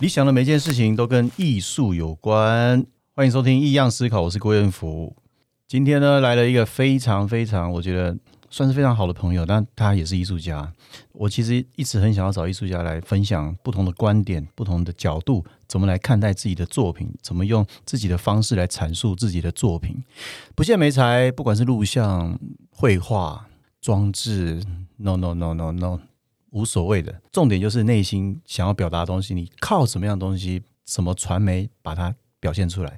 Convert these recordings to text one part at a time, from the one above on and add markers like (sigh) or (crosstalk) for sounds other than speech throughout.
你想的每件事情都跟艺术有关。欢迎收听《异样思考》，我是郭彦甫。今天呢，来了一个非常非常，我觉得算是非常好的朋友，但他也是艺术家。我其实一直很想要找艺术家来分享不同的观点、不同的角度，怎么来看待自己的作品，怎么用自己的方式来阐述自己的作品。不限媒材，不管是录像、绘画、装置，no no no no no，无所谓的。重点就是内心想要表达的东西，你靠什么样的东西，什么传媒把它表现出来。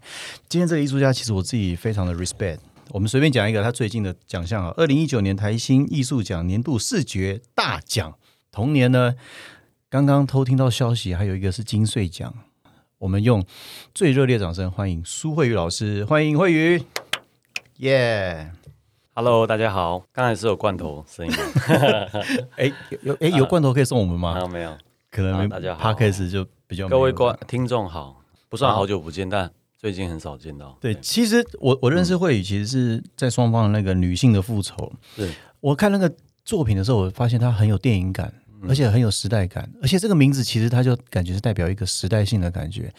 今天这个艺术家，其实我自己非常的 respect。我们随便讲一个他最近的奖项啊，二零一九年台新艺术奖年度视觉大奖。同年呢，刚刚偷听到消息，还有一个是金穗奖。我们用最热烈掌声欢迎苏慧宇老师，欢迎慧宇，耶、 Hello，大家好，刚才是有罐头声音吗哎，有哎有罐头可以送我们吗？ (laughs) 啊？没有，可能啊没大家 p 好 a c k a g e 就比较没有各位观听众好，不算好久不见，但最近很少见到。对，其实我我认嗯识慧宇，其实是在双方的那个女性的复仇。是我看那个作品的时候，我发现它很有电影感，嗯而且很有时代感，而且这个名字其实它就感觉是代表一个时代性的感觉。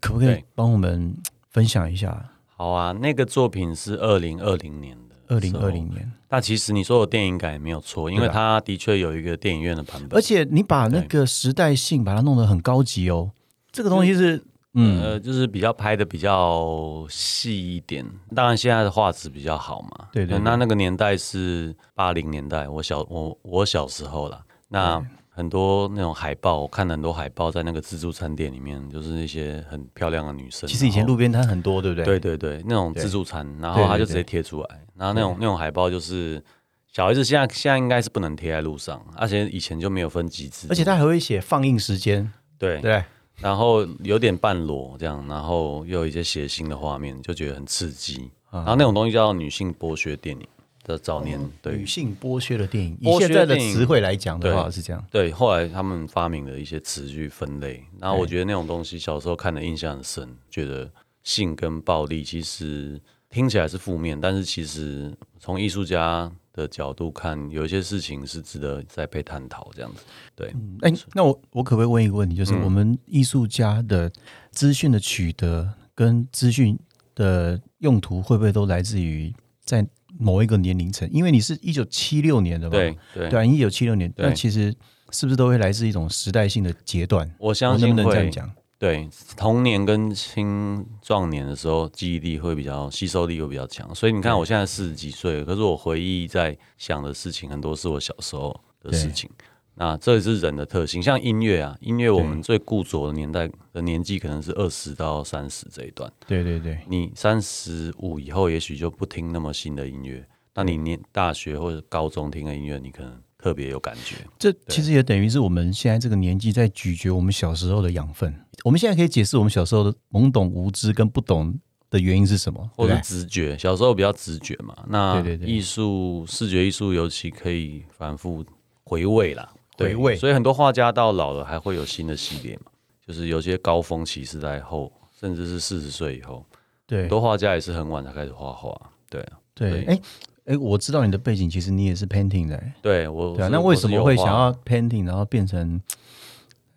可不可以对帮我们分享一下好啊，那个作品是二零二零年的，二零二零。年？但其实你说有电影感也没有错，因为它的确有一个电影院的版本，而且你把那个时代性把它弄得很高级哦，这个东西是嗯呃，就是比较拍的比较细一点。当然现在的画质比较好嘛。对对对那那个年代是八零年代，我小我我小时候啦。那很多那种海报，我看了很多海报在那个自助餐店里面，就是一些很漂亮的女生。其实以前然后路边摊很多，对不对？哦对对对，那种自助餐，然后他就直接贴出来，然后那种那种海报就是小孩子现在现在应该是不能贴在路上，而且以前就没有分级制，而且它还会写放映时间，对对不对。然后有点半裸这样，然后又有一些血腥的画面，就觉得很刺激。啊然后那种东西叫女性剥削电影的早年，对哦女性剥削的电影，以剥削现在的电影词汇来讲的话对是这样。对，后来他们发明了一些词去分类。然哎后我觉得那种东西小时候看的印象很深，觉得性跟暴力其实听起来是负面，但是其实从艺术家的角度看，有一些事情是值得再被探讨这样子。对，哎、那我我可不可以问一个问题，嗯就是我们艺术家的资讯的取得跟资讯的用途，会不会都来自于在某一个年龄层？因为你是一九七六年的嘛，对对对啊，一九七六年，对那其实是不是都会来自一种时代性的阶段？我我相能信不能这样会讲？对，童年跟青壮年的时候，记忆力会比较，吸收力会比较强。所以你看，我现在四十几岁了，可是我回忆在想的事情，很多是我小时候的事情。那这也是人的特性，像音乐啊，音乐我们最固着的年代的年纪可能是二十到三十这一段。对对对，你三十五以后，也许就不听那么新的音乐。那你念大学或者高中听的音乐，你可能特别有感觉。这其实也等于是我们现在这个年纪在咀嚼我们小时候的养分。我们现在可以解释我们小时候的懵懂无知跟不懂的原因是什么，或对者不对直觉，小时候比较直觉嘛。那对对对艺术、视觉艺术尤其可以反复回味啦，对回味所以很多画家到老了还会有新的系列嘛，就是有些高峰期是在后，甚至是四十岁以后，对很多画家也是很晚才开始画画。对啊对，对哎哎，我知道你的背景，其实你也是 painting 的、哎对我对啊。是那为什么会想？我要 painting，然后变成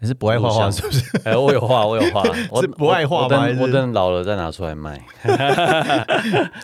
还是不爱画画？录像是不是？是有画哎，我有画，我 (laughs) 有画，我是不爱画吗我等还是我等老了再拿出来卖。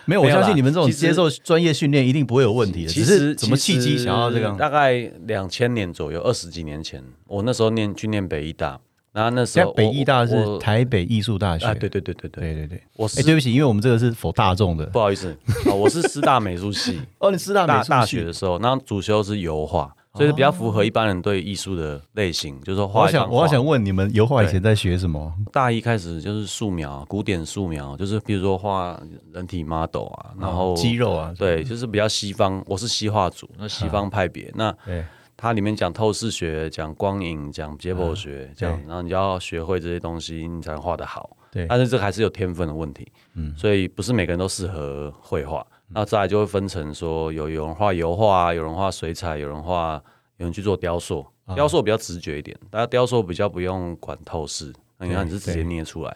没有，没我有啦相信你们这种其实接受专业训练一定不会有问题的。其只实是怎么契机想要这其实个？大概两千年左右，二十几年前，我那时候念去念北医大，然后那时现候在我北艺大我是台北艺术大学，啊，对对对对对，对对对。我哎，是对不起，因为我们这个是否大众的不好意思啊，我是师大美术系哦，你师 (laughs) 大大美术大系哦学的时候，那主修是油画，所以比较符合一般人对艺术的类型，就是说我画好一张想，画。我好想问你们油画以前在学什么？大一开始就是素描，古典素描，就是比如说画人体 model 啊，然后肌肉嗯啊，对，就是比较西方，我是西画组，那西方派别那。对它里面讲透视学、讲光影、讲解剖学，这样，然后你就要学会这些东西，你才能画得好。对但是这个还是有天分的问题，嗯，所以不是每个人都适合绘画。那再来就会分成说，有有人画油画，有人画水彩，有人画，有人去做雕塑。雕塑比较直觉一点，大家雕塑比较不用管透视，那你看你是直接捏出来。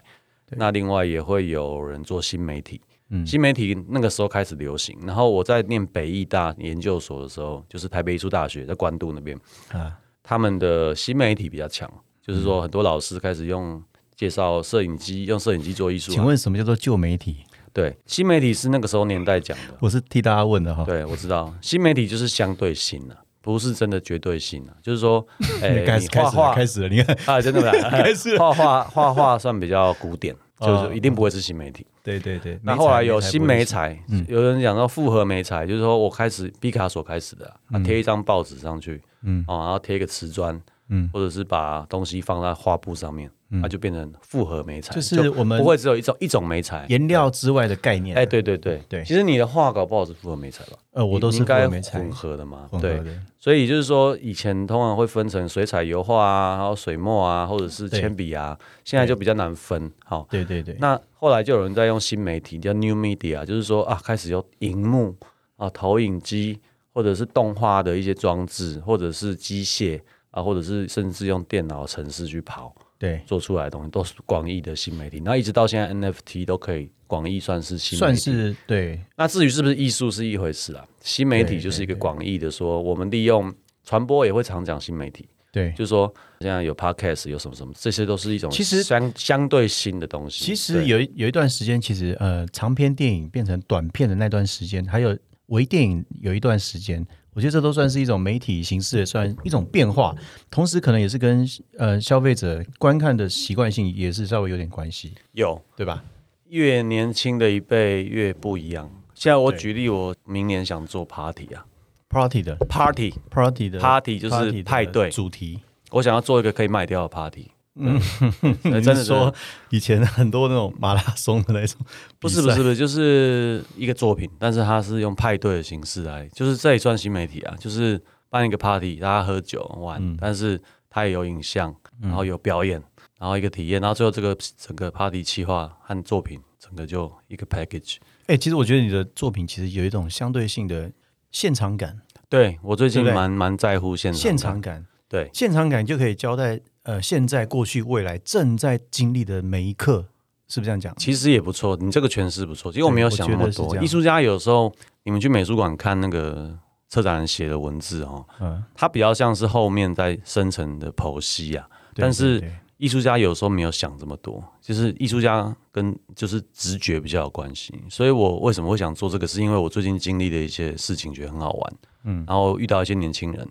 那另外也会有人做新媒体，嗯新媒体那个时候开始流行。然后我在念北艺大研究所的时候，就是台北艺术大学在关渡那边，啊，嗯他们的新媒体比较强，就是说很多老师开始用介绍摄影机，用摄影机做艺术啊。请问什么叫做旧媒体？对，新媒体是那个时候年代讲的。我是替大家问的哈。对，我知道，新媒体就是相对性啊，不是真的绝对性啊。就 (laughs) 是说，哎、开你始开画始了画开始了，你看，啊，真的吗？ (laughs) 开始 (laughs) 画画画画算比较古典，就哦是一定不会是新媒体。对对对。那后来有新媒材材，有人讲到复合媒材，就是说我开始毕卡索开始的啊，啊贴、一张报纸上去，嗯，哦，然后贴一个瓷砖，嗯嗯，或者是把东西放在画布上面，那、就变成复合媒材，就是我们不会只有一种一种媒材。颜料之外的概念。哎，对对对对其实你的画搞不好是复合媒材吧？呃，我你都你是应复合该媒材混合的嘛，混合对。的，所以就是说，以前通常会分成水彩油画啊，然后水墨啊，或者是对铅笔啊，现在就比较难分。好，对对对。那后来就有人在用新媒体叫 new media，就是说啊，开始有荧幕啊、投影机，或者是动画的一些装置，或者是机械啊，或者是甚至用电脑程式去跑对，做出来的东西，都是广义的新媒体。那一直到现在 NFT 都可以广义算是新媒体，算是对那至于是不是艺术是一回事啦，新媒体就是一个广义的说，我们利用传播也会常讲新媒体，对。就是说现在有 podcast 有什么什么，这些都是一种其实相相对新的东西。其对实有一有一段时间，其实呃，长篇电影变成短片的那段时间，还有微电影有一段时间，我觉得这都算是一种媒体形式的算一种变化，同时可能也是跟呃消费者观看的习惯性也是稍微有点关系，有对吧？越年轻的一辈越不一样。现在我对举例，我明年想做 party 啊 Party 的，party， Party 的 Party 就是 Party 的派对主题。我想要做一个可以卖掉的 party。嗯 (laughs) 你呃是真的真说的以前很多那种马拉松的那种，不是不是，不是，就是一个作品，但是它是用派对的形式来，就是这也算新媒体啊，就是办一个 party，大家喝酒玩，嗯但是它也有影像，然后有表演，然后一个体验，然后最后这个整个 party 企划和作品，整个就一个 package。哎、其实我觉得你的作品其实有一种相对性的现场感，对我最近对不对蛮蛮在乎现场的，现场感，对现场感就可以交代呃现在、过去、未来正在经历的每一刻，是不是这样讲？其实也不错，你这个诠释不错，因为我没有想那我觉么得是这多。样艺术家有时候你们去美术馆看那个策展人写的文字哦，嗯，它比较像是后面在深层的剖析啊。对但是对对艺术家有时候没有想这么多，就是艺术家跟就是直觉比较有关系。所以我为什么会想做这个，是因为我最近经历的一些事情，觉得很好玩。嗯，然后遇到一些年轻人，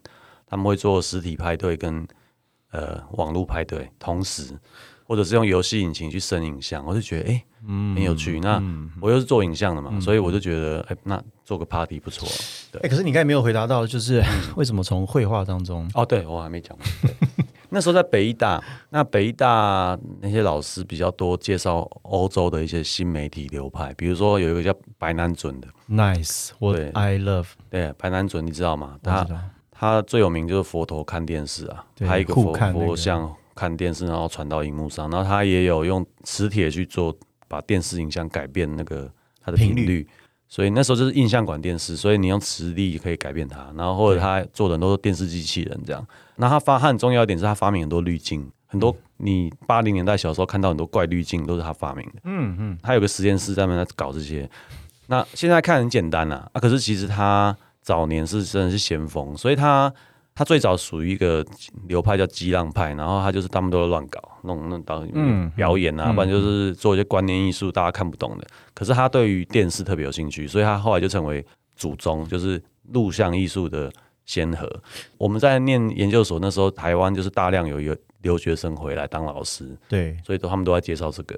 他们会做实体派对跟呃网络派对，同时或者是用游戏引擎去生影像，我就觉得哎、诶很有趣。那我又是做影像的嘛，所以我就觉得哎、诶那做个 party 不错。啊对哎、可是你刚才没有回答到，就是嗯 (laughs) 为什么从绘画当中，哦，对我还没讲完。对 (laughs) 那时候在北医大，那北医大那些老师比较多介绍欧洲的一些新媒体流派，比如说有一个叫白南准的， Nice，我对啊 I love，对，白南准你知道吗？我他知道，他最有名就是佛陀看电视啊，对拍一个互佛看那个佛像看电视，然后传到荧幕上，然后他也有用磁铁去做把电视影像改变那个它的频频率率。所以那时候就是印象馆电视，所以你用磁力可以改变它，然后或者他做的很多电视机器人这样。那他发他很重要一点是他发明很多滤镜，很嗯多你八零年代小时候看到很多怪滤镜都是他发明的。嗯嗯，他有个实验室在那边在搞这些。那现在看很简单啦、啊，可是其实他早年是真的是先锋，所以他他最早属于一个流派叫激浪派，然后他就是他们都乱搞，弄弄到表演啊，不然就是做一些观念艺术大家看不懂的。可是他对于电视特别有兴趣，所以他后来就成为祖宗，就是录像艺术的先河。我们在念研究所那时候，台湾就是大量有有留学生回来当老师，对，所以都他们都在介绍这个。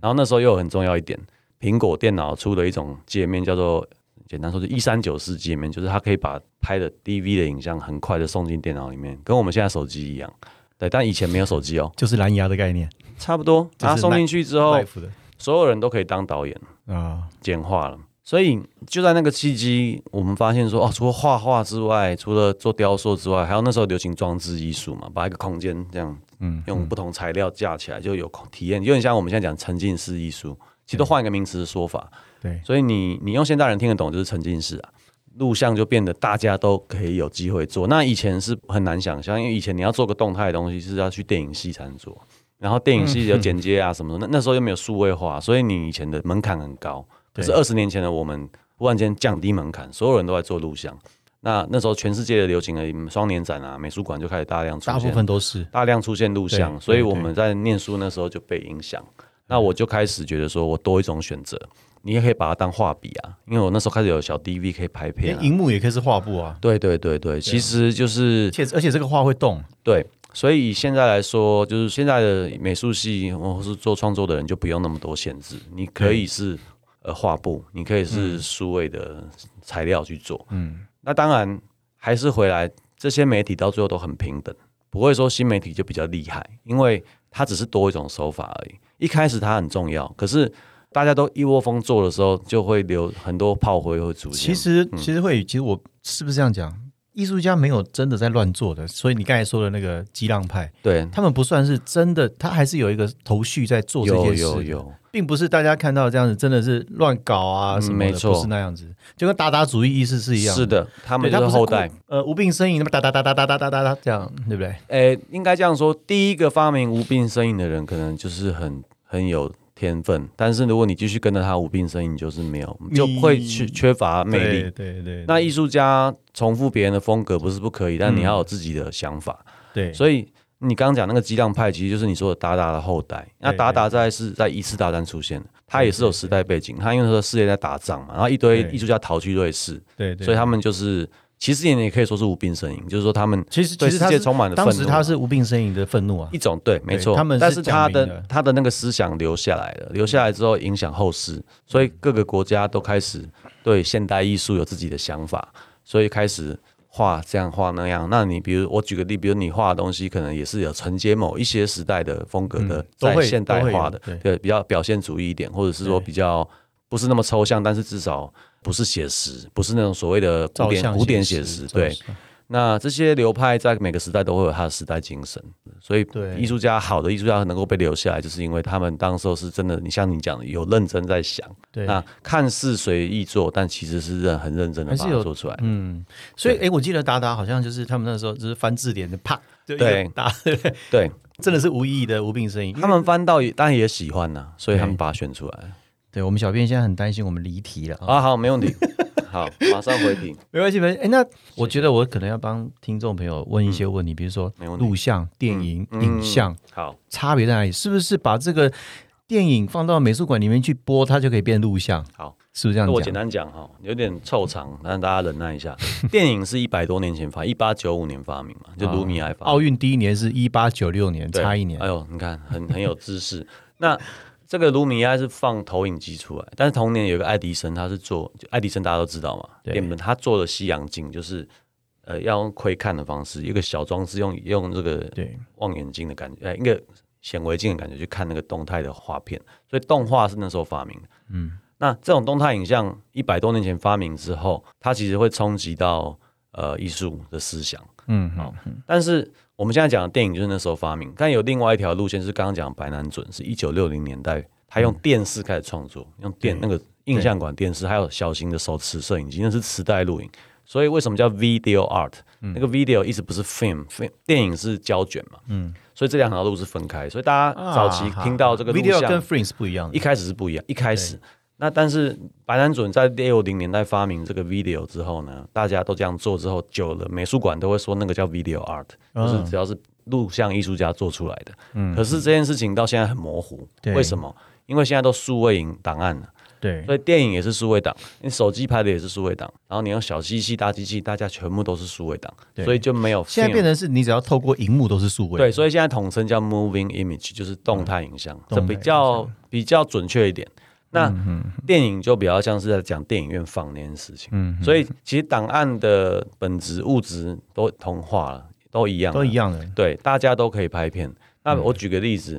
然后那时候又有很重要一点，苹果电脑出了一种界面叫做。简单说，就一三九四界面，就是它可以把拍的 DV 的影像很快的送进电脑里面，跟我们现在手机一样。对，但以前没有手机哦，就是蓝牙的概念差不多。就是它送进去之后， ，Life 的所有人都可以当导演。啊，简化了。所以就在那个契机，我们发现说，哦，除了画画之外，除了做雕塑之外，还有那时候流行装置艺术嘛，把一个空间这样，嗯，用不同材料架起来，就有体验，有点像我们现在讲沉浸式艺术，其实都换一个名词的说法。对，所以你你用现代人听得懂就是沉浸式啊，录像就变得大家都可以有机会做。那以前是很难想象，因为以前你要做个动态的东西是要去电影系才能做，然后电影系有剪接啊什嗯么的，那那时候又没有数位化，所以你以前的门槛很高。可对是二十年前的我们忽然间降低门槛，所有人都在做录像。那那时候全世界的流行的双年展啊，美术馆就开始大量出现，大部分都是大量出现录像，对所以对我们在念书那时候就被影响。那我就开始觉得说，我多一种选择，你也可以把它当画笔啊，因为我那时候开始有小 DV 可以拍片、连啊。荧幕也可以是画布啊，对对对对，其实就是而且而且这个画会动，对，所以以现在来说，就是现在的美术系或是做创作的人就不用那么多限制，你可以是呃画布，你可以是数位的材料去做。嗯，那当然还是回来，这些媒体到最后都很平等，不会说新媒体就比较厉害，因为它只是多一种手法而已。一开始它很重要，可是大家都一窝蜂做的时候，就会留很多炮灰会出其现。实其实会，其实我是不是这样讲？艺术家没有真的在乱做的，所以你刚才说的那个激浪派，对，他们不算是真的，他还是有一个头绪在做这有件事，有有，并不是大家看到这样子真的是乱搞啊嗯什么的，没错不是那样子，就跟达达主义意识是一样，是，的，他他们就是后代。，呃，无病呻吟，那么哒哒哒哒哒哒哒哒哒这样，对不对？诶，应该这样说，第一个发明无病呻吟的人，可能就是很很有天分，但是如果你继续跟着他无病呻吟，你就是没有，就会去缺乏魅力对。对对，那艺术家重复别人的风格不是不可以，但你要有自己的想法。嗯对，所以你刚刚讲那个激浪派，其实就是你说的达达的后代。那对达达在是在一次大战出现的，他也是有时代背景，他因为说世界在打仗嘛，然后一堆对艺术家逃去瑞士，对对，所以他们就是其实也可以说是无病呻吟，就是说他们其实对其实他世界是充满了当愤时怒他啊是无病呻吟的愤怒啊一，种对，没错。他们是但是他讲明的的他的那个思想留下来了，留下来之后影响后世，所以嗯各个国家都开始对现代艺术有自己的想法，所以开始画这样画那样。那你比如我举个例，比如你画的东西可能也是有承接某一些时代的风格的，嗯都会在现代都会有化的，对对，比较表现主义一点，或者是说对比较不是那么抽象，但是至少不是写实，不是那种所谓的古照典相古典写写实，照对。相那这些流派在每个时代都会有它的时代精神，所以对艺术家好的艺术家能够被留下来，就是因为他们当时候是真的，你像你讲的有认真在想，对那看似随意做，但其实是认很认真的还把是它有做出来。嗯，所以哎，诶我记得达达好像就是他们那时候就是翻字典的啪，就一个对 (laughs) 打，对真的是无意义的无病呻吟。他们翻到也，当然也喜欢呐、所以他们把它选出来。对我们小编现在很担心我们离题了啊，啊，好，没 (laughs) 问题，好，马上回题。没关系，没关系。哎，那我觉得我可能要帮听众朋友问一些问题，比如说没问题录像、电影、嗯影像好，差别在哪里？是不是把这个电影放到美术馆里面去播，它就可以变录像？好，是不是这那我样简讲？单讲哈，有点凑长，但大家忍耐一下。电影是一百多年前发，一八九五年发明嘛，就卢米埃发明。奥运第一年是一八九六年，对差一年哎。呦，你看，很很有知识。那这个卢米埃是放投影机出来，但是同年有一个爱迪生，他是做就爱迪生大家都知道嘛，对电门他做的西洋镜就是呃要用窥看的方式，一个小装置用用这个对，望远镜的感觉，呃，一个显微镜的感觉去看那个动态的画片，所以动画是那时候发明的。嗯，那这种动态影像一百多年前发明之后，它其实会冲击到呃艺术的思想。嗯，好好，但是我们现在讲的电影就是那时候发明，但有另外一条路线是刚刚讲的白南准，是一九六零年代他嗯用电视开始创作，用电那个印象馆电视，还有小型的手持摄影机，那是磁带录影。所以为什么叫 video art？、那嗯个 video 一直不是 film，film 电影是胶卷嘛，嗯，所以这两条路是分开。所以大家早期听到这个录啊 video 像跟 frames 不一样的一，开始是不一样，一开始。那但是白南准在六零年代发明这个 video 之后呢，大家都这样做之后，久了美术馆都会说那个叫 video art，、就是嗯只要是录像艺术家做出来的。可是这件事情到现在很模糊，对为什么？因为现在都数位影档案了，对所以电影也是数位档，你手机拍的也是数位档，然后你用小机器、大机器，大家全部都是数位档，对所以就没有现在 film 变成是你只要透过荧幕都是数位，对，，所以现在统称叫 moving image，就是动态影像，嗯这动态比影嗯较比较准确一点。那电影就比较像是在讲电影院放那件事情，嗯所以其实档案的本质物质都同化了，都一样，啊都一。样嗯的。对，大家都可以拍片。那我举个例子，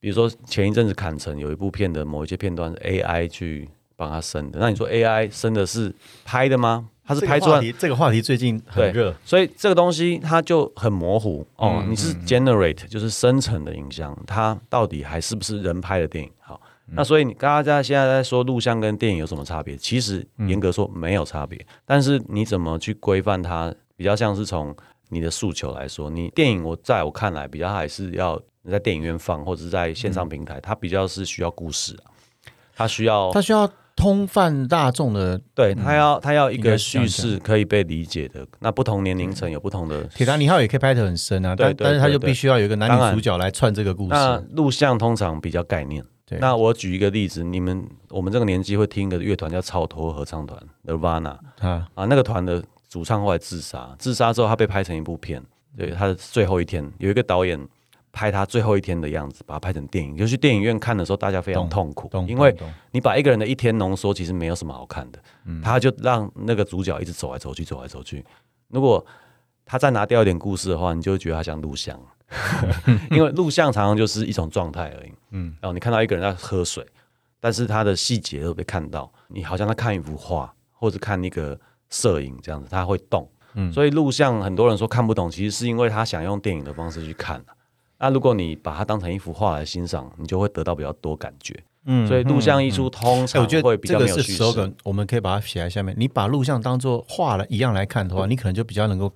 比如说前一阵子坎城有一部片的某一些片段是 AI 去帮他生的，那你说 AI 生的是拍的吗？它它是拍出来题，这个话题最近对很热，嗯所以这个东西它就很模糊哦。你是 generate 就是生成的影像，它到底还是不是人拍的电影？好，嗯那所以你刚刚在现在在说录像跟电影有什么差别？其实严格说没有差别，但是你怎么去规范它，比较像是从你的诉求来说，你电影我在我看来比较还是要你在电影院放或者是在线上平台，它比较是需要故事啊，它需要嗯它需要通泛大众的对他要他要一应该个是这样叙事可以被理解的，那不同年龄层有不同的。 《铁达尼号》也可以拍得很深啊，对但对但是他就对对必须要有一个男当女然主角来串这个故那事。录像通常比较概念。对那我举一个例子，你们我们这个年纪会听的乐团叫草头合唱团 （Nirvana） 啊，啊，那个团的主唱后来自杀，自杀之后他被拍成一部片，对他的最后一天，有一个导演拍他最后一天的样子，把它拍成电影。就去电影院看的时候，大家非常痛苦懂，，因为懂懂你把一个人的一天浓缩，其实没有什么好看的。嗯他就让那个主角一直走来走去，走来走去。如果他再拿掉一点故事的话，你就会觉得他像 (laughs) 录像，因为录像常常就是一种状态而已。嗯，然后你看到一个人在喝水，但是他的细节都被看到，你好像在看一幅画，或者看一个摄影这样子，他会动。嗯，所以录像很多人说看不懂，其实是因为他想用电影的方式去看、啊那如果你把它当成一幅画来欣赏，你就会得到比较多感觉。嗯所以录像艺术通哎，常我觉会得比这较没个有是叙事。 slogan，我们可以把它写在下面。你把录像当做画了一样来看的话，你可能就比较能够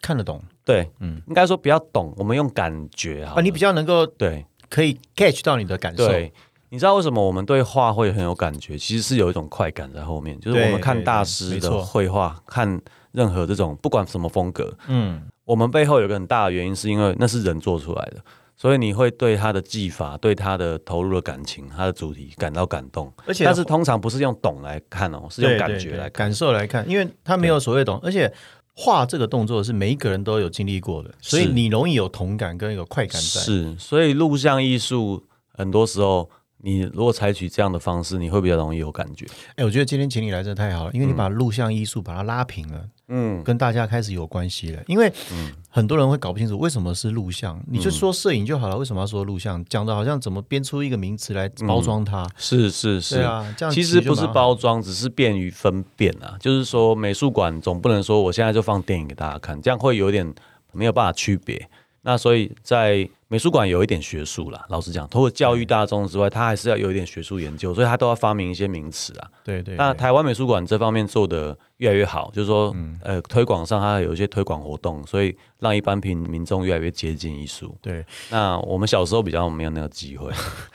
看得懂对，嗯，应该说比较懂，我们用感觉好了啊，你比较能够对可以 catch 到你的感受。对。你知道为什么我们对画会很有感觉？其实是有一种快感在后面，就是对我们看对大对师没的错绘画，看任何这种不管什么风格，嗯，我们背后有个很大的原因，是因为那是人做出来的，所以你会对他的技法、对他的投入的感情、他的主题感到感动。而且但是通常不是用懂来看哦，是对对用感对觉来看。感受来看，因为他没有所谓懂，而且画这个动作是每一个人都有经历过的，所以是你容易有同感跟有快感在。是，所以录像艺术很多时候，你如果采取这样的方式，你会比较容易有感觉。哎，我觉得今天请你来真的太好了，因为你把录像艺术把它拉平了，嗯，跟大家开始有关系了。因为很多人会搞不清楚为什么是录像，你嗯就说摄影就好了，为什么要说录像？讲的好像怎么编出一个名词来包装它。是是嗯是对。啊，这样其实不就是蛮好包装，只是便于分辨啊。就是说，美术馆总不能说我现在就放电影给大家看，这样会有点没有办法区别。那所以在美术馆有一点学术啦，老实讲，除了教嗯育大众之外，它还是要有一点学术研究，所以它都要发明一些名词啊。对对，那对台湾美术馆这方面做的越来越好，就是说，嗯呃，推广上它有一些推广活动，所以让一般平民众越来越接近艺术。对那我们小时候比较没有那个 (laughs) 机会，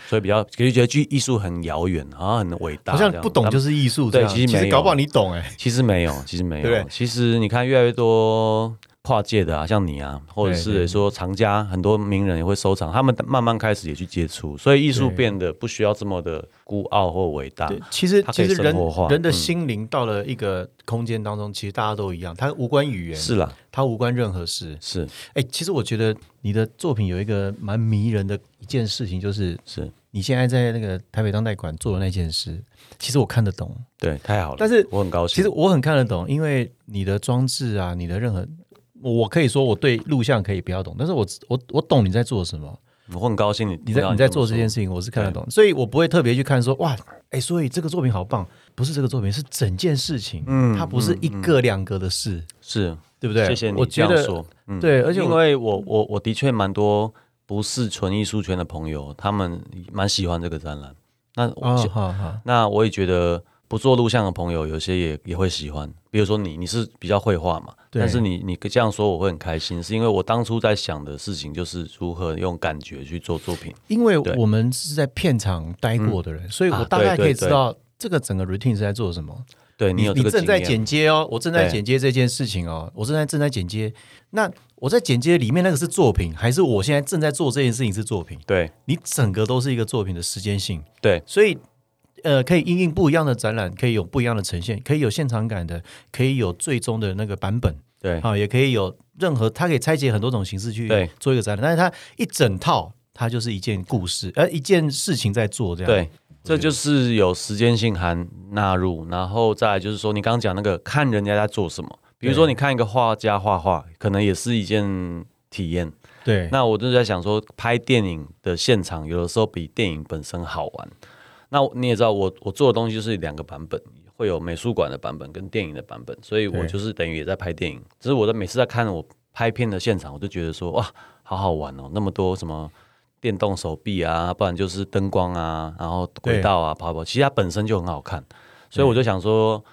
所以比较就觉得距艺术很遥远，好像很伟大，。好像不懂就是是艺术这样，对其实其实没搞不有好你懂哎。其实没有，其实没对不有对。其实你看，越来越多跨界的啊，像你啊，或者对对是说藏家，很多名人也会收藏，他们慢慢开始也去接触，所以艺术对变得不需要这么的孤傲或伟大。对，其实它可其以实生人活化人的嗯心灵到了一个空间当中，其实大家都一样，它无关语言，是啦，它无关任何事。是哎，其实我觉得你的作品有一个蛮迷人的一件事情，就是是，你现在在那个台北当代馆做的那件事，其实我看得懂。对，太好了。但是我很高兴。其实我很看得懂，因为你的装置啊，你的任何，我可以说我对录像可以不要懂，但是我我我懂你在做什么，我很高兴你你在你在做这件事，事情，我是看得懂，所以我不会特别去看说哇，哎，所以这个作品好棒，不是这个作品，是整件事情，嗯，它不是一个两个的事，是对不对？谢谢你我这觉样得说。嗯对，而且因我为我我我的确蛮多不是纯艺术圈的朋友，他们蛮喜欢这个展览。那我啊，好好，那我也觉得不做录像的朋友，有些也也会喜欢。比如说你，你是比较绘画嘛，对但是你你这样说我会很开心，是因为我当初在想的事情就是如何用感觉去做作品。因为对我们是在片场待过的人，所以我啊大概对对可以知对道这个整个 routine 是在做什么。对你有这你个经正在验，剪接哦，我正在对剪接这件事情哦，我正在正在剪接。那我在剪接里面那个是作品，还是我现在正在做这件事情是作品？对你整个都是一个作品的时间性，对所以呃，可以因应不一样的展览，可以有不一样的呈现，可以有现场感的，可以有最终的那个版本对啊，也可以有任何，它可以拆解很多种形式去对做一个展览，但是它一整套，它就是一件故事，呃，一件事情在做这样。对，这就是有时间性含纳入，然后再来就是说你刚刚讲那个看人家在做什么，比如说对你看一个画家画画，可能也是一件体验。对，那我就在想说，拍电影的现场有的时候比电影本身好玩。那你也知道我，我做的东西就是两个版本，会有美术馆的版本跟电影的版本，所以我对就是等于也在拍电影。只是我在每次在看我拍片的现场，我就觉得说哇，好好玩哦，那么多什么电动手臂啊，不然就是灯光啊，然后轨道啊，跑跑，其实它本身就很好看，所以我就想说，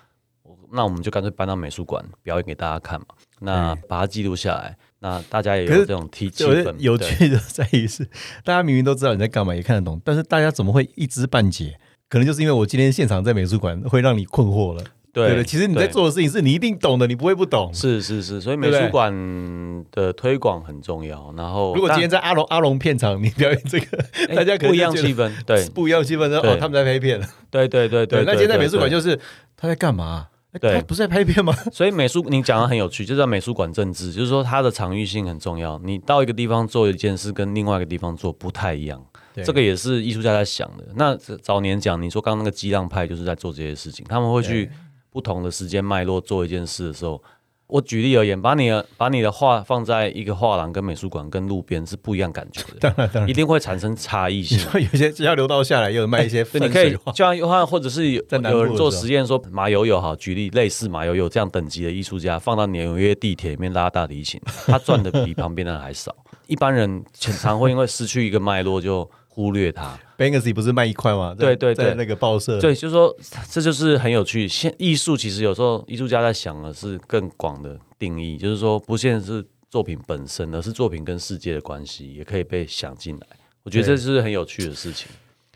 我那我们就干脆搬到美术馆表演给大家看嘛，那把它记录下来，那大家也有可是这种提气我觉得氛，有对趣的在于是，大家明明都知道你在干嘛，也看得懂，但是大家怎么会一知半解？可能就是因为我今天现场在美术馆会让你困惑了。对对其实你在对做的事情是你一定懂的，你不会不懂。是是是，所对以美不对术馆的推广很重要。然后，如果今天在但阿龙阿龙片场你表演这个，(laughs) 哎大家可能不一样就觉得气 (laughs) 氛，对不一样的气氛，说哦对他们在拍片了。对对对对，那今现天在美术馆就是他在干嘛？哎对他不是在拍片吗？ (laughs) (laughs) 所以美术你讲的很有趣，就叫美术馆政治，就是说它的场域性很重要。你到一个地方做一件事，跟另外一个地方做不太一样，对这个也是艺术家在想的。那早年讲，你说刚刚那个激浪派就是在做这些事情，他们会去不同的时间脉络做一件事的时候。我举例而言，把你的把你的画放在一个画廊、跟美术馆、跟路边是不一样感觉的， (laughs) 当然当然一定会产生差异你性。说有些要流到下来，也有卖一些哎对，你分可以水画，这样的话，或者是有在南部有人的做时候实验说马友友好，举例类似马友友这样等级的艺术家，放到纽约地铁里面拉大提琴，他赚的比旁边的人还少。一般人常常会因为失去一个脉络就忽 (laughs) 略他。 Banksy 不是卖一块吗？在对对对在那个报社，对，就是说这就是很有趣。现艺术其实有时候艺术家在想的是更广的定义，就是说不限是作品本身，而是作品跟世界的关系也可以被想进来。我觉得对这是很有趣的事情。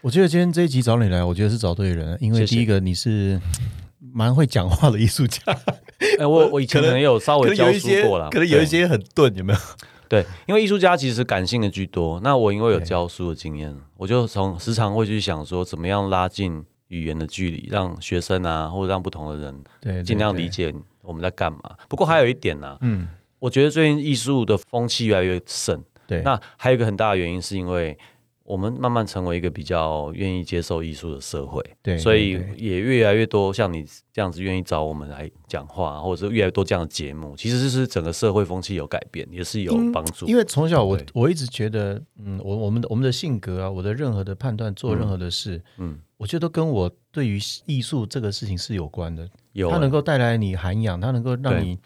我觉得今天这一集找你来，我觉得是找对人了，因为谢谢第一个你是蛮会讲话的艺术 (laughs) 家，哎、我我以前可可能能有稍可微能教有一书些过啦，，可能有一对些很钝，有没有？对，因为艺术家其实感性的居多。那我因为有对教书的经验，我就从时常会去想说，怎么样拉近语言的距离，让学生啊，或者让不同的人对对尽量理解我们在干嘛。不过还有一点呢、嗯，我觉得最近艺术的风气越来越盛。对，那还有一个很大的原因，是因为我们慢慢成为一个比较愿意接受艺术的社会，对所以对对也越来越多像你这样子愿意找我们来讲话，或者是越来越多这样的节目，其实就是整个社会风气有改变，也是有帮助。因为从小我对我一直觉得，嗯，我我们的我们的性格啊，我的任何的判断，做任何的事，嗯，我觉得都跟我对于艺术这个事情是有关的。有啊它能够够带来你涵养，它能够让对你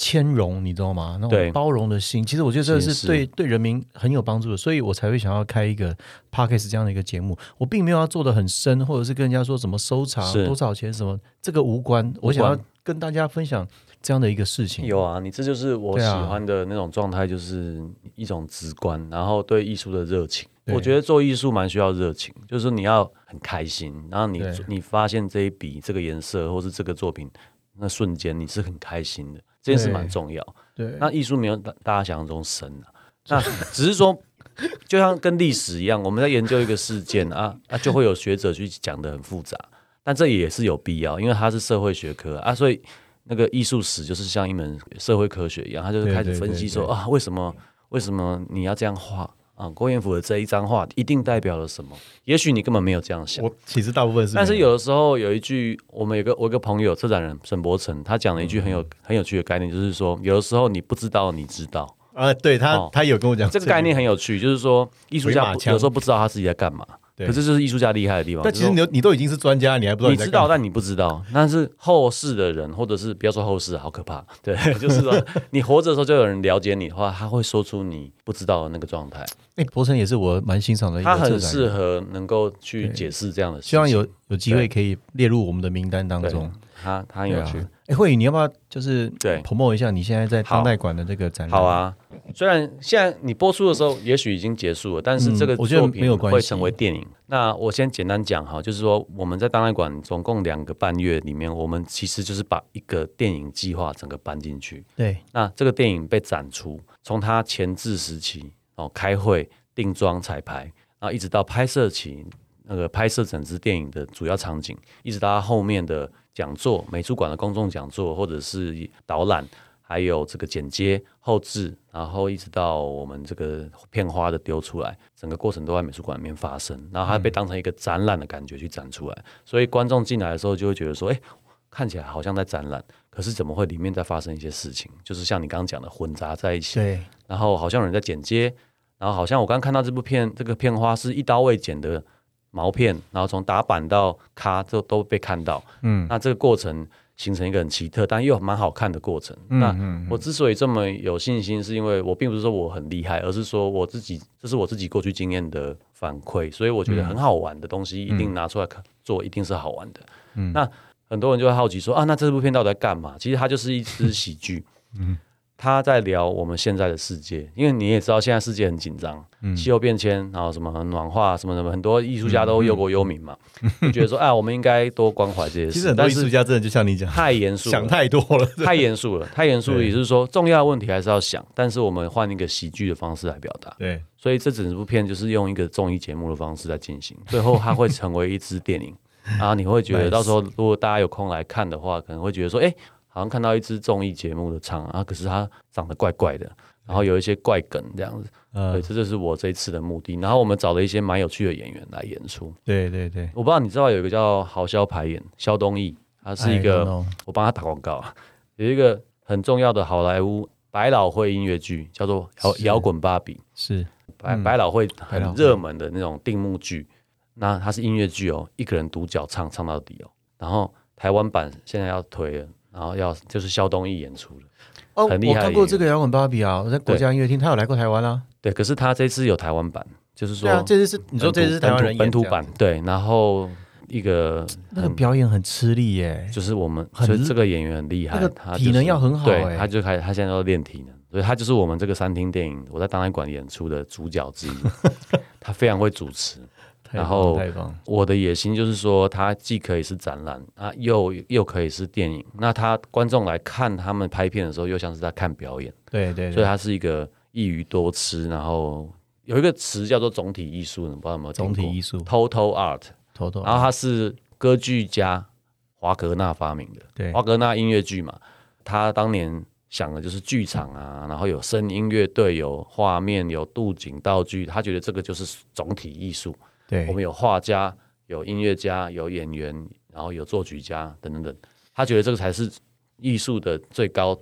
谦容，你知道吗？那对种包容的心，其实我觉得这个其实是是对对人民很有帮助的，所以我才会想要开一个 podcast 这样的一个节目。我并没有要做的很深，或者是跟人家说什么收藏是多少钱什么，这个无关。我想要跟大家分享这样的一个事情。有啊，你这就是我对喜啊欢的那种状态，就是一种直观，然后对艺术的热情。对我觉得做艺术蛮需要热情，就是你要很开心，然后你对你发现这一笔、这个颜色或是这个作品，那瞬间你是很开心的，这件事对蛮重要。对，那艺术没有大大家想象中深啊，那只是说， (laughs) 就像跟历史一样，我们在研究一个事件啊啊，就会有学者去讲的很复杂，但这也是有必要，因为它是社会学科啊，所以那个艺术史就是像一门社会科学一样，它就是开始分析说对对对对啊，为什么为什么你要这样画啊？郭彦甫的这一张画一定代表了什么？也许你根本没有这样想。我其实大部分是没，但是有的时候有一句，我们有个我有个朋友策展人沈伯成，他讲了一句很有、很有趣的概念，就是说，有的时候你不知道你知道，啊，对他、哦他有跟我讲这个概念，很有趣，就是说艺术回家马不枪有时候不知道他自己在干嘛，对可是这就是艺术家厉害的地方。但其实就你是都你都已经是专家，你还不知说道你在知干道，嘛但你不知道，但是后世的人，或者是不要说后世，好可怕。 (laughs) 对，就是说你活着的时候就有人了解你的话，他会说出你不知道的那个状 (laughs) 态。哎，博成也是我蛮欣赏的一个他策展人，很适合能够去解释这样的事情。希望有有机会可以列入我们的名单当对中。他，他很对有啊，趣。哎、慧宇，你要不要就是对 promo 一下你现在在好当代馆的这个展览？好，啊，虽然现在你播出的时候也许已经结束了，但是这个嗯我觉得作没有品关系会成为电影。那我先简单讲哈，就是说我们在档案馆总共两个半月里面，我们其实就是把一个电影计划整个搬进去。对，那这个电影被展出，从它前置时期哦，开会、定妆、彩排，然后一直到拍摄期，那个拍摄整支电影的主要场景，一直到它后面的讲座、美术馆的公众讲座，或者是导览，还有这个剪接、后置，然后一直到我们这个片花的丢出来，整个过程都在美术馆里面发生，然后它被当成一个展览的感觉去展出来，所以观众进来的时候就会觉得说，哎。看起来好像在展览，可是怎么会里面在发生一些事情？就是像你刚刚讲的混杂在一起，对，然后好像有人在剪接，然后好像我刚看到这部片，这个片花是一刀未剪的毛片，然后从打板到咔都都被看到，嗯，那这个过程形成一个很奇特但又蛮好看的过程。嗯那我之所以这么有信心，是因为我并不是说我很厉害，而是说我自己这是我自己过去经验的反馈，所以我觉嗯得很好玩的东西一定拿出来看做，一定是好玩的。 (laughs) 嗯，那很多人就会好奇说啊，那这部片到底在干嘛？其实它就是一支喜剧。他在聊我们现在的世界，因为你也知道现在世界很紧张，嗯气候变迁，然后什么暖化，什么什么，很多艺术家嗯都忧国忧民嘛，就觉得说，哎，我们应该多关怀这些事。 (laughs) 其实很多但艺术是家真的就像你讲，太严肃了，想太多 (laughs) 了。太严肃了，太严肃，对也就是说，重要的问题还是要想，但是我们换一个喜剧的方式来表达。对，所以这整部片就是用一个综艺节目的方式在进行，最后它会成为一支电影啊！你会觉 (laughs) Nice 得到时候如果大家有空来看的话，可能会觉得说，哎、好像看到一支综艺节目的唱啊，可是它长得怪怪的，然后有一些怪梗这样子。呃对，，这就是我这一次的目的。然后我们找了一些蛮有趣的演员来演出。对对对，我不知道你知道有一个叫豪潇排演肖东义，他是一 I 个 don't know 我帮他打广告啊，有一个很重要的好莱坞百老汇音乐剧叫做《摇是摇滚芭比》。是百嗯百老汇百老很汇热门的那种定目剧，那它是音乐剧哦，一个人独角唱唱到底哦。然后台湾版现在要推了，然后要就是肖东义演出了。哦，很厉害我的看过这个摇滚芭比啊，我在国家音乐厅，他有来过台湾啊。对，可是他这次有台湾版，就是说对啊，这次是你本土，说这次是台湾人演本土这样版，对，然后一个那个表演很吃力耶。就是我们，很就是这个演员很厉害，那个他体就是能要很好欸对，他就开始，他现在都练体能，所以他就是我们这个餐厅电影我在档案馆演出的主 (laughs) 角之一，他非常会主持。太棒然后太棒，我的野心就是说，它既可以是展览啊，又又可以是电影。那他观众来看他们拍片的时候，又像是在看表演，对对所对，以它是一个一鱼多吃。然后有一个词叫做总体艺术，你不知道有没有听总过？体艺术， （total art），头头，然后它是歌剧家华格纳发明的。对华格纳音乐剧嘛，他当年想的就是剧场啊，然后有声音乐队，有画面，有布景道具，他觉得这个就是总体艺术。我对们有画家、有音乐家、有演员，然后有作曲家等等等。他觉得这个才是艺术的最高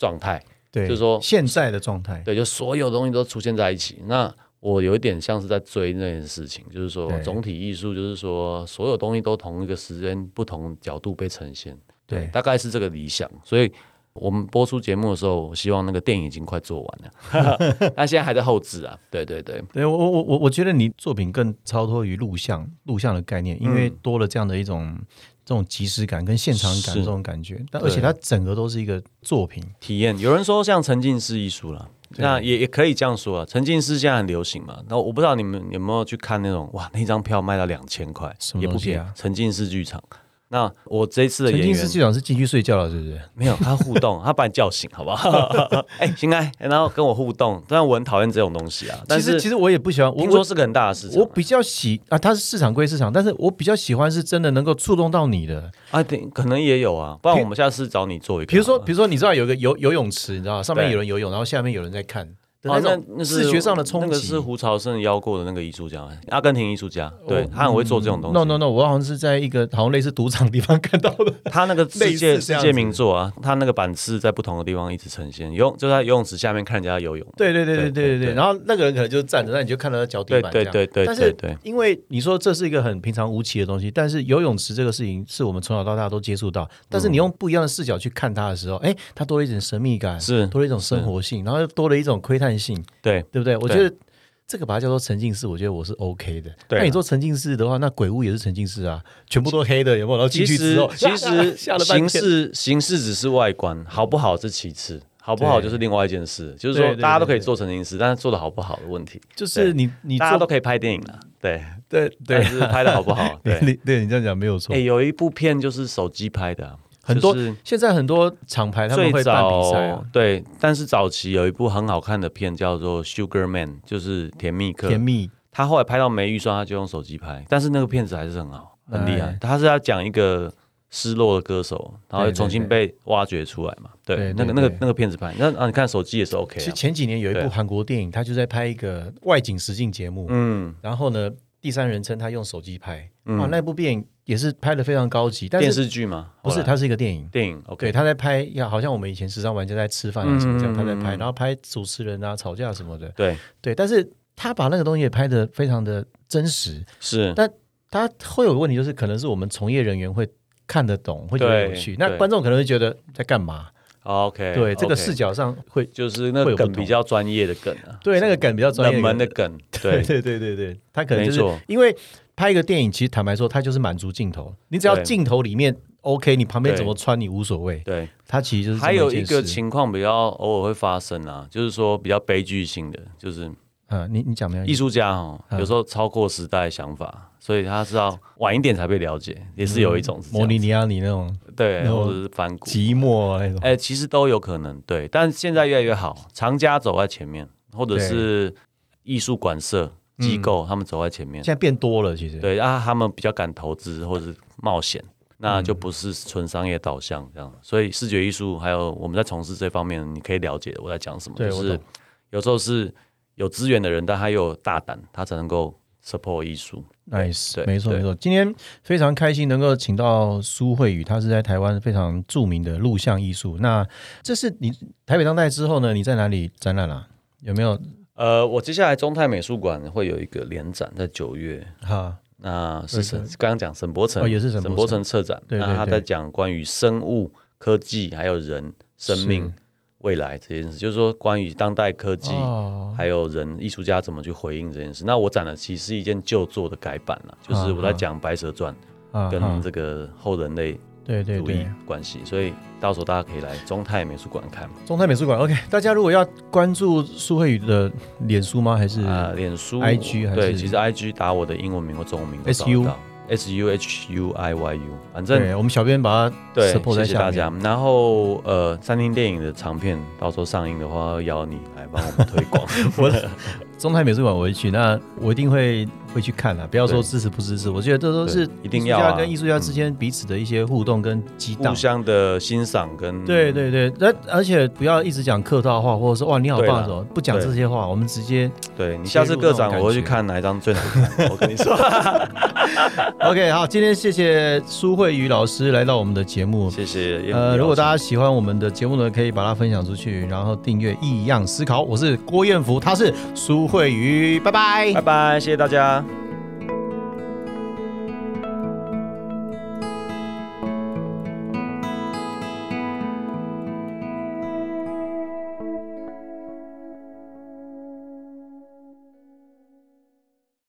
状态，对，就是说现在的状态，对，就所有东西都出现在一起。那我有一点像是在追那件事情，就是说对总体艺术，就是说所有东西都同一个时间、不同角度被呈现，对大概是这个理想。所以我们播出节目的时候，我希望那个电影已经快做完了， (laughs) 那现在还在后置啊。对对对，对我我我我觉得你作品更超脱于录像录像的概念，因嗯为多了这样的一种这种即时感跟现场感是这种感觉，但而对且它整个都是一个作品，体验。有人说像沉浸式艺术啦，那也也可以这样说啊。沉浸式现在很流行嘛，那我不知道你们有没有去看那种哇，那张票卖到两千块，什么也东不西便啊宜。沉浸式剧场，那我这一次的沉演浸员式剧场是进去睡觉了，是不是？没有他互动，他把你叫醒，好 (laughs) 不好？哎、行哎，然后跟我互动，但我很讨厌这种东西啊。但其实是其实我也不喜欢，我听我说是个很大的市场我比较喜啊，它是市场归市场，但是我比较喜欢是真的能够触动到你的。啊，对，可能也有啊，不然我们下次找你做一个好了。哦比如说，比如说，你知道有个游游泳池，你知道吗上面啊对有人游泳，然后下面有人在看的哦，那种那是视觉上的冲那个击是。胡朝胜邀过的那个艺术家，阿根廷艺术家，哦对他很会做这种东西。 No No No，我好像是在一个好像类似赌场的地方看到的。他那个世类界似这世样子界名作啊，他那个版次在不同的地方一直呈现，游泳就在游泳池下面看人家游泳。对对对对对对对对对，对然后那个人可能就是站着，那你就看到他脚底板对这样对对对但是对对因为你说这是一个很平常无奇的东西，但是游泳池这个事情是我们从小到大都接触到，但嗯是你用不一样的视角去看它的时候，哎，它多了一种神秘感，是多了一种生活性，然后又多了一种窥探性，对，对不对？我对觉得。这个把它叫做沉浸式，我觉得我是 OK 的。对啊那你做沉浸式的话，那鬼屋也是沉浸式啊，全部都黑的，有没有？然后进其去之实后，其 (laughs) 实吓了半形天。式形式只是外观，好不好是其次，好不好就是另外一件事。就是对说对大家都对可以做成形式，但是做的好不好的问题，就是你你大家做都可以拍电影了，对，对但对是拍的好 (laughs) (laughs) 不好，对。你对你这样讲没有错哎，。有一部片就是手机拍的啊，很多就是现在很多厂牌他们最会办比赛早啊，对，但是早期有一部很好看的片叫做《Sugar Man》，就是甜蜜客甜。蜜他后来拍到没预算，他就用手机拍，但是那个片子还是很好，很厉害哎。他是要讲一个失落的歌手，然对后又对重新被挖掘出来嘛。对对对，那个那个对那个片子拍，那啊你看手机也是 OK 其实啊。前几年有一部对韩国电影，他就在拍一个外景实境节目，嗯，然后呢，第三人称他用手机拍，嗯哇，那部电影也是拍的非常高级，但电是视剧嘛，不是后来它是一个电影。电影对， OK，他在拍，呀，好像我们以前时尚玩家在吃饭啊什么这样，嗯他在拍，嗯嗯然后拍主持人啊吵架什么的，对，对，但是他把那个东西也拍的非常的真实，是但他会有个问题，就是可能是我们从业人员会看得懂，会觉得有对趣，那对观众可能会觉得在干嘛？ OK。对，这个 OK 视角上会就是那会个有不梗同比较专业的梗啊，对那个梗比较专业，冷门的梗， (laughs) 对对，对对对对，他可能就没错是因为拍一个电影，其实坦白说，它就是满足镜头，你只要对镜头里面 OK，你旁边对怎么穿你无所谓。对，他其实就是这么还有一件个事，情况比较偶尔会发生啊，就是说比较悲剧性的，就是嗯，你你讲没有艺？术家哦，嗯有时候超过时代想法，所以他是要晚一点才被了解，也是有一种是这摩样尼尼亚尼那种对，嗯那种或者是反骨，寂寞啊那种，哎、其实都有可能，对，但现在越来越好，藏家走在前面，或者是艺术馆社机嗯构、他们走在前面现，在变多了，其实。对啊，他们比较敢投资或者是冒险，那嗯就不是纯商业导向这样，所以视觉艺术还有我们在从事这方面，你可以了解我在讲什么，对就我是懂有时候是有资源的人，但他又有大胆，他才能够 support 艺术， Nice，对没错对没错。今天非常开心能够请到苏慧宇，她是在台湾非常著名的录像艺术。那这是你台北当代之后呢？你在哪里展览啊？有没有？呃，我接下来中泰美术馆会有一个联展，在九月，哈，那是沈对刚刚讲沈伯成、哦也是沈伯沈伯成策展，对对那他对在讲关于生物、科技还有人生命是、未来这件事，就是说关于当代科技。哦，还有人艺术家怎么去回应这件事？那我展的其实是一件旧作的改版了，就是我在讲《白蛇传啊》跟啊这个后人类对对主义对，关系，所以到时候大家可以来中泰美术馆看中泰美术馆。OK，大家如果要关注苏慧宇的脸书吗？还是啊，脸书 IG 还对，是其实 IG 打我的英文名或中文名都 SU 找得到 S U H U I Y U，反正对我们小编把它对， support 在谢谢下大面家。然后呃，三厅电影的长片到时候上映的话，邀你来帮我们推广。我中泰美术馆我会去，那我一定会会去看啊啦。不要说对支持不支 (laughs) 持，我觉得这都是对一定要艺啊术家跟艺术家之间彼此的一些互动跟激互荡。相的欣赏跟对对对，那而且不要一直讲客套话，或者说哇你好棒对啦啊什么，不讲对这些话，我们直接对你切下入次各那展种我会感去觉看哪一张最难看，我跟 (laughs) 你说。 OK。好，今天谢谢苏慧宇老师来到我们的节目。谢谢。呃，如果大家家喜欢我们的节目呢，可以把它分享出去，然后订阅《异样思考》。我是郭彦福，他是苏慧宇，拜拜拜拜，谢谢大家。